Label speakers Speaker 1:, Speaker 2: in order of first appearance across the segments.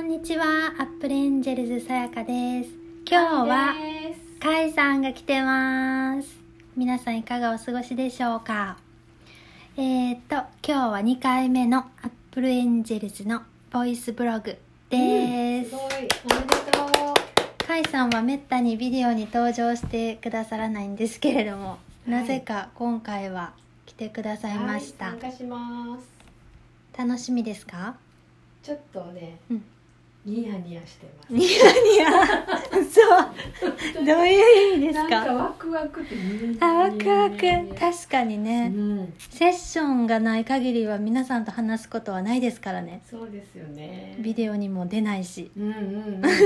Speaker 1: んにちは、アップルエンジェルズさやかです。今日は、かいさんが来てます。皆さんいかがお過ごしでしょうかえー、っと、今日は2回目のアップルエンジェルズのボイスブログです。
Speaker 2: すごいおめでとう
Speaker 1: カイさんはめったにビデオに登場してくださらないんですけれども、
Speaker 2: い
Speaker 1: なぜか今回は来てくださいました、
Speaker 2: はい参加します
Speaker 1: 楽しみですか
Speaker 2: ちょっとね、
Speaker 1: うん
Speaker 2: ニヤニヤしてます
Speaker 1: ニヤニ ヤそうどういう意味です
Speaker 2: なん
Speaker 1: か
Speaker 2: かワクワクって
Speaker 1: あワクワク確かに
Speaker 2: う
Speaker 1: ね、
Speaker 2: ん
Speaker 1: セッションがない限りは皆さんと話すことはないですからね
Speaker 2: そうですよね
Speaker 1: ビデオにも出ないし
Speaker 2: うんうんうん、うん、 確か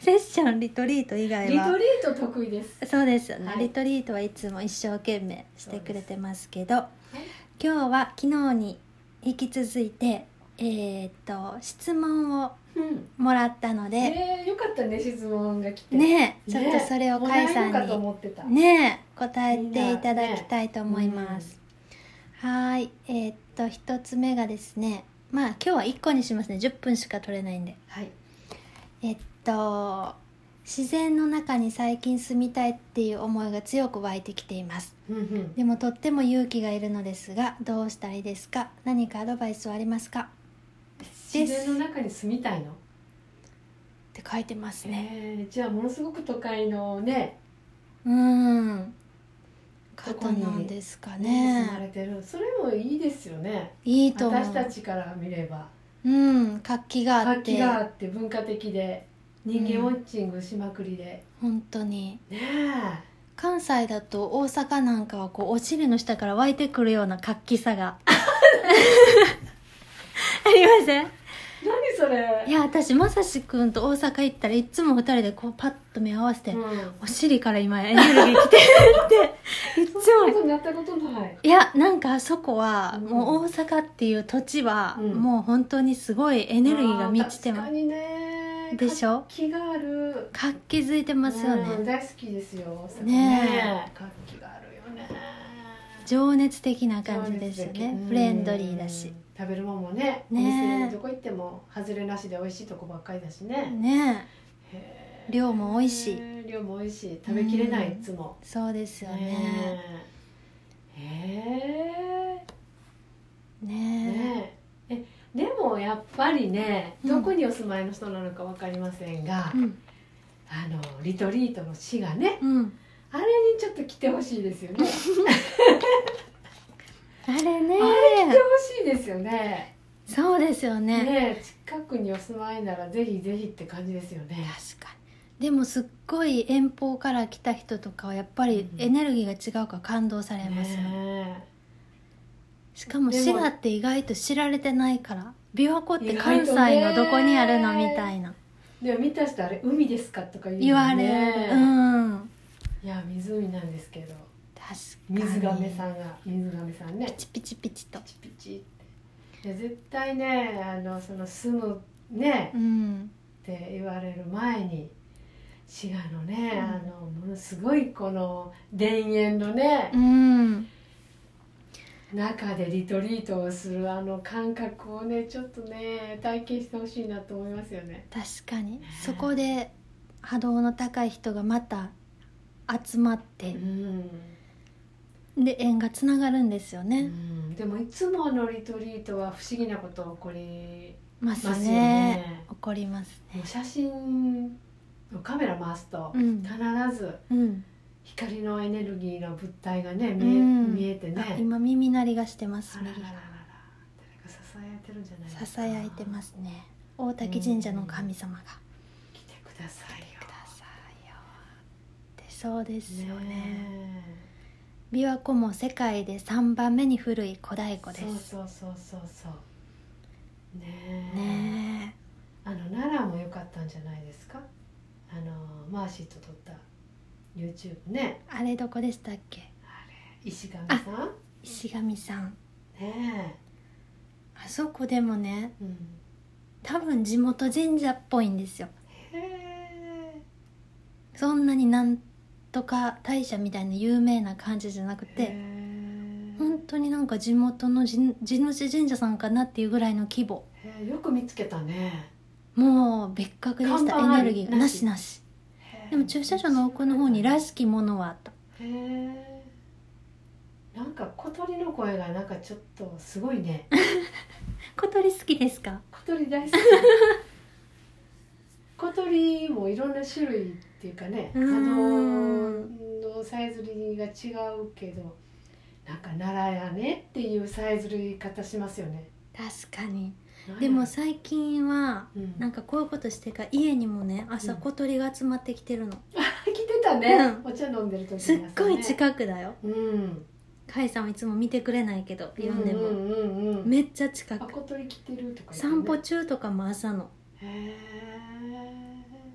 Speaker 1: セッションリトリート以
Speaker 2: に
Speaker 1: 外
Speaker 2: リト
Speaker 1: は
Speaker 2: リート得意です
Speaker 1: そうですよね、
Speaker 2: はい
Speaker 1: リトリートはいつも一生懸命してくれてますけど
Speaker 2: そうで
Speaker 1: 今日は昨日に引き続いてえーっと質問を
Speaker 2: うん
Speaker 1: もらったので
Speaker 2: ねえよかったね質問が来て
Speaker 1: ねえ
Speaker 2: え
Speaker 1: ちょっとそれを甲斐さ
Speaker 2: もらえるかと
Speaker 1: ん
Speaker 2: 思ってた
Speaker 1: にねえ答えていただきたいと思います、はーいえーっと一つ目がですねまあ今日は1個にしますね10分しか取れないんで
Speaker 2: はい
Speaker 1: えっと自然の中に最近住みたいっていう思いが強く湧いてきています
Speaker 2: うんうん
Speaker 1: でもとっても勇気がいるのですがどうしたらいいですか何かアドバイスはありますか
Speaker 2: 自然の中に住みたいの
Speaker 1: って書いてますね
Speaker 2: えー、じゃあものすごく都会のね
Speaker 1: うーん
Speaker 2: ど
Speaker 1: 方
Speaker 2: こに
Speaker 1: なんですか
Speaker 2: 住ま
Speaker 1: ね
Speaker 2: れてるそれもいいですよね
Speaker 1: いいと思
Speaker 2: 私た
Speaker 1: う
Speaker 2: ちから見れば
Speaker 1: うん活気があっ
Speaker 2: 活
Speaker 1: て
Speaker 2: 気があって文化的で人間ウォッチングしまくりで、
Speaker 1: 本当に
Speaker 2: ねえ
Speaker 1: 関西だと大阪なんかはこうお尻の下から湧いてくるような活気さ がありません
Speaker 2: 何それ
Speaker 1: いや私まさしくんと大阪行ったらいつも二人でこうパッと目合わせて、
Speaker 2: うん
Speaker 1: お尻から今エネルギー来てるっていつ も
Speaker 2: そんなことになったことない
Speaker 1: いやなんかあそこは、
Speaker 2: うん
Speaker 1: もう大阪っていう土地は、
Speaker 2: うん
Speaker 1: もう本当にすごいエ
Speaker 2: エ
Speaker 1: ネルギーが満ちてま
Speaker 2: 確
Speaker 1: す
Speaker 2: かにね
Speaker 1: でしょ
Speaker 2: 活気がある
Speaker 1: 活気づいてますよね、
Speaker 2: うん大好きですよ
Speaker 1: ね
Speaker 2: え活気があるよね
Speaker 1: 情熱的な感じですよね、
Speaker 2: うん
Speaker 1: フレンドリーだし、
Speaker 2: 食べるもんもね
Speaker 1: ね
Speaker 2: お店どこ行っても外れなしで美味しいとこばっかりだしね
Speaker 1: ね
Speaker 2: へー
Speaker 1: 量も多いし
Speaker 2: 量も多いし食べきれない
Speaker 1: うん
Speaker 2: いつも
Speaker 1: えそうですよね
Speaker 2: えへ
Speaker 1: ね
Speaker 2: え
Speaker 1: え
Speaker 2: ねええでもやっぱりね
Speaker 1: うん
Speaker 2: どこにお住まいの人なのか分かりませんが、
Speaker 1: うん
Speaker 2: あのリトリートの市がね
Speaker 1: うん
Speaker 2: あれにちょっと来てほしいですよね来て
Speaker 1: あれね
Speaker 2: ほしいですよね
Speaker 1: そうですよね
Speaker 2: ねえ近くにお住まいならぜひぜひって感じですよね
Speaker 1: 確かにでもすっごい遠方から来た人とかはやっぱり
Speaker 2: うん
Speaker 1: エネルギーが違うから感動されますよ、
Speaker 2: ね
Speaker 1: しかも
Speaker 2: でも
Speaker 1: 滋賀って意外と知られてないから琵琶湖って
Speaker 2: 意
Speaker 1: 関西
Speaker 2: 外とね
Speaker 1: のどこにあるのみたいな
Speaker 2: えでも見た人あれ海ですかとか言う
Speaker 1: 言
Speaker 2: よ
Speaker 1: わ
Speaker 2: ね
Speaker 1: れる、うん
Speaker 2: いや湖なんですけど
Speaker 1: 確かに
Speaker 2: 水亀さんが水亀さんね
Speaker 1: ピチピチピチと
Speaker 2: ピチピチっていや絶対ねあのその住むね
Speaker 1: うん
Speaker 2: って言われる前に滋賀のね、
Speaker 1: うん
Speaker 2: あのものすごいこの田園のね
Speaker 1: う、ん
Speaker 2: 中でリトリートをするあの感覚をねちょっとね体験してほしいなと思いますよね。
Speaker 1: 確かにそこで波動の高い人がまた集まっ
Speaker 2: う
Speaker 1: て、
Speaker 2: ん
Speaker 1: で縁がつながるんですよ
Speaker 2: う
Speaker 1: ね、
Speaker 2: んでもいつものリトリートは不思議なこと起こり
Speaker 1: ます
Speaker 2: ますよ
Speaker 1: ね
Speaker 2: ね。
Speaker 1: 起こります
Speaker 2: も
Speaker 1: ね
Speaker 2: う写真のカメラ回すと
Speaker 1: うん
Speaker 2: 必ず
Speaker 1: うん
Speaker 2: 光のエネルギーの物体がね見え,、
Speaker 1: うん
Speaker 2: 見えてね
Speaker 1: あ今耳鳴りがしてます
Speaker 2: あらららら
Speaker 1: 右
Speaker 2: ら誰かささやいてるんじゃないです
Speaker 1: さ
Speaker 2: か
Speaker 1: さやいてますね大滝神社の神様が
Speaker 2: 来てくださいよ
Speaker 1: 「くださいよ」ってそうですよね琵琶湖も世界で3番目に古い古太
Speaker 2: え
Speaker 1: 鼓です
Speaker 2: そうそうそうそうそうねえ
Speaker 1: ね
Speaker 2: あの奈良も良かったんじゃないですかあのマーシーと撮った YouTube ね
Speaker 1: えあれどこでしたっけ
Speaker 2: あれ石神さん
Speaker 1: 石神さん
Speaker 2: ね
Speaker 1: あそこでもね
Speaker 2: え、うん、
Speaker 1: 多分地元神社っぽいんですよ
Speaker 2: へえ
Speaker 1: そんなになんとか大社みたいな有名な感じじゃなくて
Speaker 2: へ
Speaker 1: 本当になんか地元の神地主神社さんかなっていうぐらいの規模
Speaker 2: えよく見つけたね
Speaker 1: もう別格でしたエ
Speaker 2: 看板あり
Speaker 1: ネルギーがな
Speaker 2: な
Speaker 1: し
Speaker 2: し
Speaker 1: なし
Speaker 2: へー
Speaker 1: でも駐車場の奥の方に「らしきものは」と
Speaker 2: へえなんか小鳥の声がなんかちょっとすごいね
Speaker 1: 小鳥好きですか
Speaker 2: 小 鳥大好き小鳥もいろんな種類っていうかねあ
Speaker 1: うー
Speaker 2: の
Speaker 1: ん
Speaker 2: のさえずりが違うけどなんか奈良やねっていうさえずり方しますよね
Speaker 1: 確かに
Speaker 2: なんや
Speaker 1: でも最近は
Speaker 2: うん、
Speaker 1: なんかこういうことしてから家にもね朝
Speaker 2: うん
Speaker 1: 小鳥が集まってきてるの、
Speaker 2: 来てたね、
Speaker 1: うん
Speaker 2: お茶飲んでる時に
Speaker 1: すっごい
Speaker 2: い、
Speaker 1: 近くだよ
Speaker 2: うん、
Speaker 1: 甲斐さんはいつも見てくれないけど呼んでも、
Speaker 2: うんうんうんうん
Speaker 1: めっちゃ近
Speaker 2: あ
Speaker 1: く
Speaker 2: 小鳥来てるとか言ってね
Speaker 1: 散歩中とかも朝の
Speaker 2: へ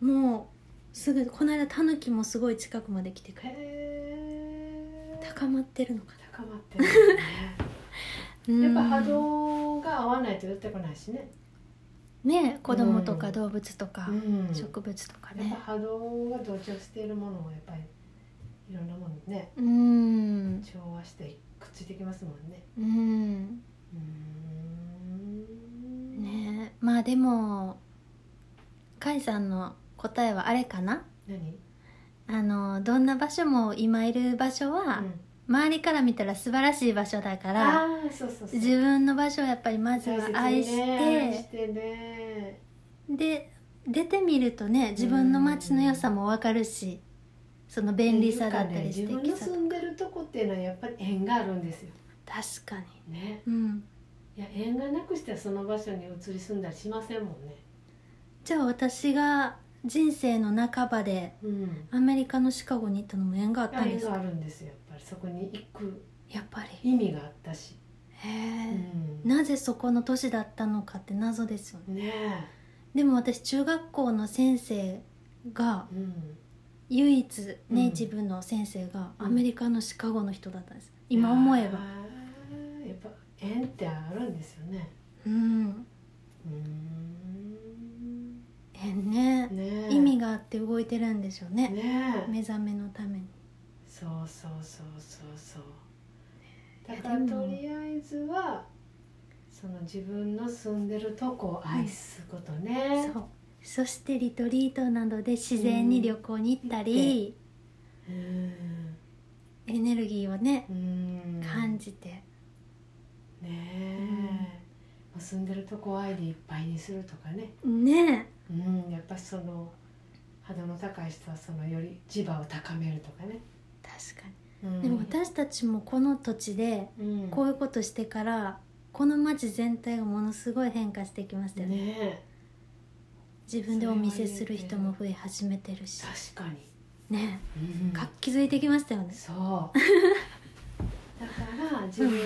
Speaker 2: え
Speaker 1: もうすぐこの間タヌキもすごい近くまで来てくれ
Speaker 2: へー
Speaker 1: 高まってるのか
Speaker 2: 高まってるよね
Speaker 1: な
Speaker 2: やっぱ波動が合わないと寄ってこないしね、
Speaker 1: ね子供とか動物とか、
Speaker 2: うん
Speaker 1: 植物とか
Speaker 2: やっぱ
Speaker 1: ね
Speaker 2: 波動が同調しているものをやっぱりいろんなものにね
Speaker 1: うん
Speaker 2: 調和してくっついてきますもんね
Speaker 1: うん
Speaker 2: うーん
Speaker 1: ねえまあでも甲斐さんの答えはあれかな
Speaker 2: 何
Speaker 1: あのどんな場所も今いる場所は、
Speaker 2: うん
Speaker 1: 周りから見たら素晴らしい場所だから
Speaker 2: あーそうそうそう
Speaker 1: 自分の場所をやっぱりまずは愛
Speaker 2: 大
Speaker 1: して
Speaker 2: 切にね愛してね
Speaker 1: で出てみるとね自分の街の良さも分かるし、その便利さだったり
Speaker 2: って
Speaker 1: 素
Speaker 2: いうかね、
Speaker 1: 敵
Speaker 2: 自
Speaker 1: さ
Speaker 2: 分の住んでるとこっていうのはやっぱり縁があるんですよ
Speaker 1: 確かに
Speaker 2: ね
Speaker 1: うん
Speaker 2: いや縁がなくしてはその場所に移り住んだりしませんもんね
Speaker 1: じゃあ私が人生の半ばで
Speaker 2: うん
Speaker 1: アメリカのシカゴに行ったのも縁があったんで
Speaker 2: 縁
Speaker 1: す
Speaker 2: が
Speaker 1: か
Speaker 2: あるんですよやっぱりそこに行く
Speaker 1: やっぱり
Speaker 2: 意味があったし、
Speaker 1: へえ、
Speaker 2: うん
Speaker 1: なぜそこの都市だったのかって謎ですよね
Speaker 2: ね
Speaker 1: でも私中学校の先生が
Speaker 2: え、うん、
Speaker 1: 唯一
Speaker 2: うん
Speaker 1: ネイティブの先生が
Speaker 2: うん
Speaker 1: アメリカのシカゴの人だったんです今思えば
Speaker 2: あーやっぱ縁ってあるんですよね
Speaker 1: うん
Speaker 2: うーん
Speaker 1: えんね
Speaker 2: ねえ
Speaker 1: 意味があって動いてるんでしょうね
Speaker 2: ねえ
Speaker 1: 目覚めのために
Speaker 2: そうそうそうそうそう
Speaker 1: い
Speaker 2: だ
Speaker 1: や
Speaker 2: から
Speaker 1: でも
Speaker 2: とりあえずはその自分の住んでるとこを愛すことね、
Speaker 1: そうそしてリトリートなどで自然に旅行に行ったり、
Speaker 2: うん
Speaker 1: エネルギーをね
Speaker 2: うん
Speaker 1: 感じて
Speaker 2: ねえ、もう住んでるとこを愛でいっぱいにするとかね、
Speaker 1: ね
Speaker 2: うん、やっぱその肌の高い人はそのより磁場を高めるとかね、
Speaker 1: え確か
Speaker 2: うん
Speaker 1: にでも私たちもこの土地で
Speaker 2: うん、
Speaker 1: こういうことしてからこの街全体がものすごい変化してきましたよね
Speaker 2: ねえ
Speaker 1: 自分でお見せする人も増え始めてるし
Speaker 2: 確かに、
Speaker 1: ね
Speaker 2: うん
Speaker 1: 活気づいてきましたよね
Speaker 2: そう だから自分の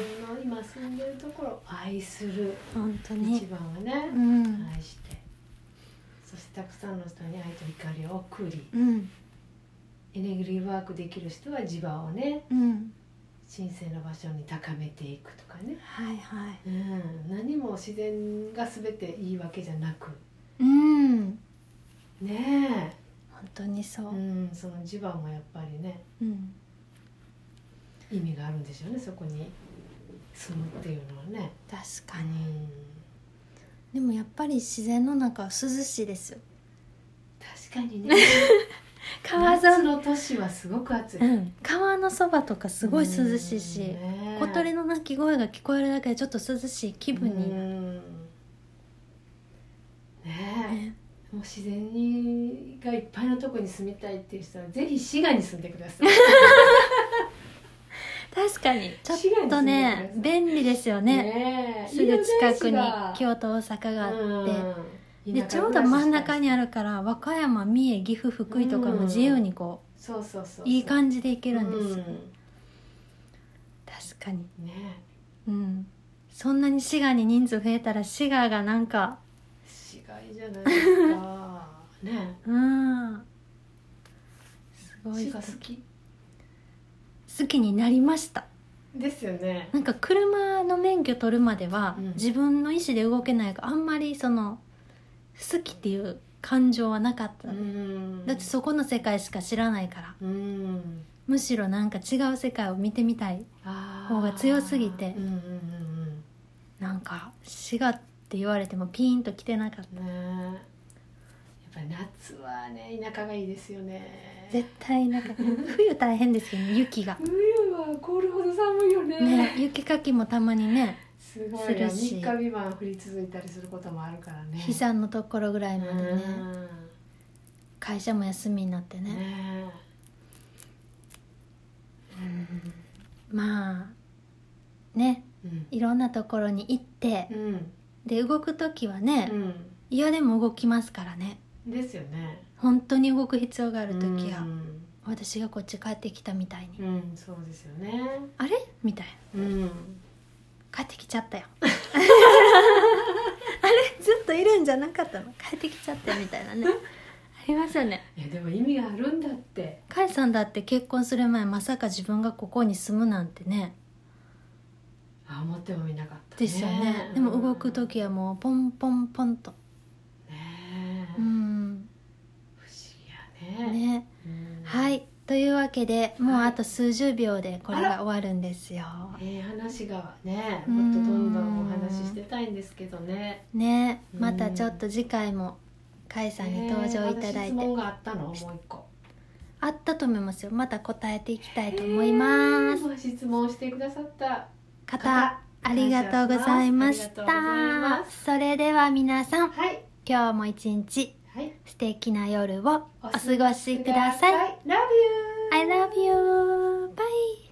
Speaker 2: 今住んでるところを愛する
Speaker 1: 本当
Speaker 2: 一
Speaker 1: に
Speaker 2: 番は
Speaker 1: う
Speaker 2: ね、
Speaker 1: ん
Speaker 2: 愛してそしてたくさんの人に愛と怒りを送り
Speaker 1: うん
Speaker 2: エネルギーワークできる人は磁場をね
Speaker 1: うん
Speaker 2: 神聖な場所に高めていくとかね、
Speaker 1: はいはい
Speaker 2: うん、何も自然が全ていいわけじゃなく
Speaker 1: うん
Speaker 2: ね
Speaker 1: 本当にそ
Speaker 2: え、
Speaker 1: う
Speaker 2: うん、その磁場もやっぱりね
Speaker 1: うん
Speaker 2: 意味があるんでしょうねそこに住むっていうのはね。
Speaker 1: 確かにでもやっぱり自然の中は涼しいですよ
Speaker 2: 確かにね
Speaker 1: 川
Speaker 2: 夏
Speaker 1: 沿い
Speaker 2: の都市はすごく暑い、
Speaker 1: うん川のそばとかすごい涼しいし小鳥
Speaker 2: の
Speaker 1: の鳴き声が聞こえるだけでちょっと涼しい気分になる
Speaker 2: ね
Speaker 1: ね
Speaker 2: えもう自然にがいっぱいのとこに住みたいっていう人はぜひ滋賀に住んでください
Speaker 1: 確かにちょ
Speaker 2: 滋賀
Speaker 1: っ
Speaker 2: に
Speaker 1: と
Speaker 2: 住んでくだ
Speaker 1: ね
Speaker 2: さい
Speaker 1: 便利ですよね
Speaker 2: ねえ
Speaker 1: すぐ近くに
Speaker 2: いいよね
Speaker 1: 京都大阪が
Speaker 2: 滋賀
Speaker 1: あって、
Speaker 2: うん
Speaker 1: で
Speaker 2: 田
Speaker 1: ち
Speaker 2: 舎
Speaker 1: ょうど
Speaker 2: 暮らししたい
Speaker 1: 真ん中にあるから和歌山三重岐阜福井とかも自由にこ
Speaker 2: そうそうそう
Speaker 1: う、
Speaker 2: そう
Speaker 1: いい
Speaker 2: じ
Speaker 1: 感じで行けるんですよ、確かに
Speaker 2: ね
Speaker 1: うんそんなに滋賀に人数増えたら滋賀がなんか
Speaker 2: え滋賀いいじゃないですかね
Speaker 1: うんす
Speaker 2: え
Speaker 1: ごい
Speaker 2: 滋
Speaker 1: 好
Speaker 2: 賀好き
Speaker 1: きになりました
Speaker 2: ですよね
Speaker 1: なんか車の免許取るまでは、
Speaker 2: うん
Speaker 1: 自分の意思で動けないからあんまりその好きっていう感情はなかった、
Speaker 2: ん
Speaker 1: だってそこの世界しか知らないから
Speaker 2: うん
Speaker 1: むしろなんか違う世界を見てみたい
Speaker 2: 方
Speaker 1: 方が強すぎて
Speaker 2: うんうんうん
Speaker 1: なんか滋賀って言われてもピーンと来てなかっ
Speaker 2: うんねえぱり夏はね田舎がいいですよね
Speaker 1: 絶対 なんか冬大変ですよね雪が
Speaker 2: 冬は凍るほど寒いよね
Speaker 1: ね雪かきもたまにね
Speaker 2: すごいよ
Speaker 1: するし
Speaker 2: 3日未満降り続いたりすることもあるからね
Speaker 1: 悲惨のところぐらいまでね
Speaker 2: うん
Speaker 1: 会社も休みになってね
Speaker 2: ね
Speaker 1: まあね
Speaker 2: うん
Speaker 1: いろんなところに行って
Speaker 2: うん
Speaker 1: で動く時はね
Speaker 2: うん
Speaker 1: 嫌でも動きますからね
Speaker 2: ですよね
Speaker 1: 本当に動く必要がある時
Speaker 2: う
Speaker 1: は
Speaker 2: ん
Speaker 1: 私がこっち帰ってきたみたいに
Speaker 2: うんそうですよね
Speaker 1: あれみたいな
Speaker 2: うん
Speaker 1: 帰ってきちゃったよ あれずっといるんじゃなかったの帰ってきちゃったよみたいなねありますよね
Speaker 2: いやでも意味があるんだって
Speaker 1: 甲斐さんだって結婚する前まさか自分がここに住むなんてね
Speaker 2: あ思ってもいなかった
Speaker 1: ですよねでも動く時はもうポンポンポンと
Speaker 2: ねえ
Speaker 1: うん
Speaker 2: 不思議やね
Speaker 1: ね
Speaker 2: うん
Speaker 1: はいというわけでもうあと数十秒でこれ
Speaker 2: あ
Speaker 1: が終わるんですよ
Speaker 2: ええ話がね
Speaker 1: うん
Speaker 2: もっとどんどんお話ししてたいんですけどね
Speaker 1: ね
Speaker 2: うん
Speaker 1: またちょっと次回も甲斐さんに登場いただ
Speaker 2: え
Speaker 1: いて、
Speaker 2: えあの質問があったのもう一個
Speaker 1: あったと思いますよまた答えていきたいと思います
Speaker 2: ええ質問してくださった
Speaker 1: 方ありがとうございまし
Speaker 2: ありがとうござい
Speaker 1: た
Speaker 2: ます
Speaker 1: それでは皆さん
Speaker 2: はい
Speaker 1: 今日も一日
Speaker 2: はい
Speaker 1: 素敵な夜をお過ごしく
Speaker 2: くだ
Speaker 1: ださい
Speaker 2: さい Love you
Speaker 1: I love you bye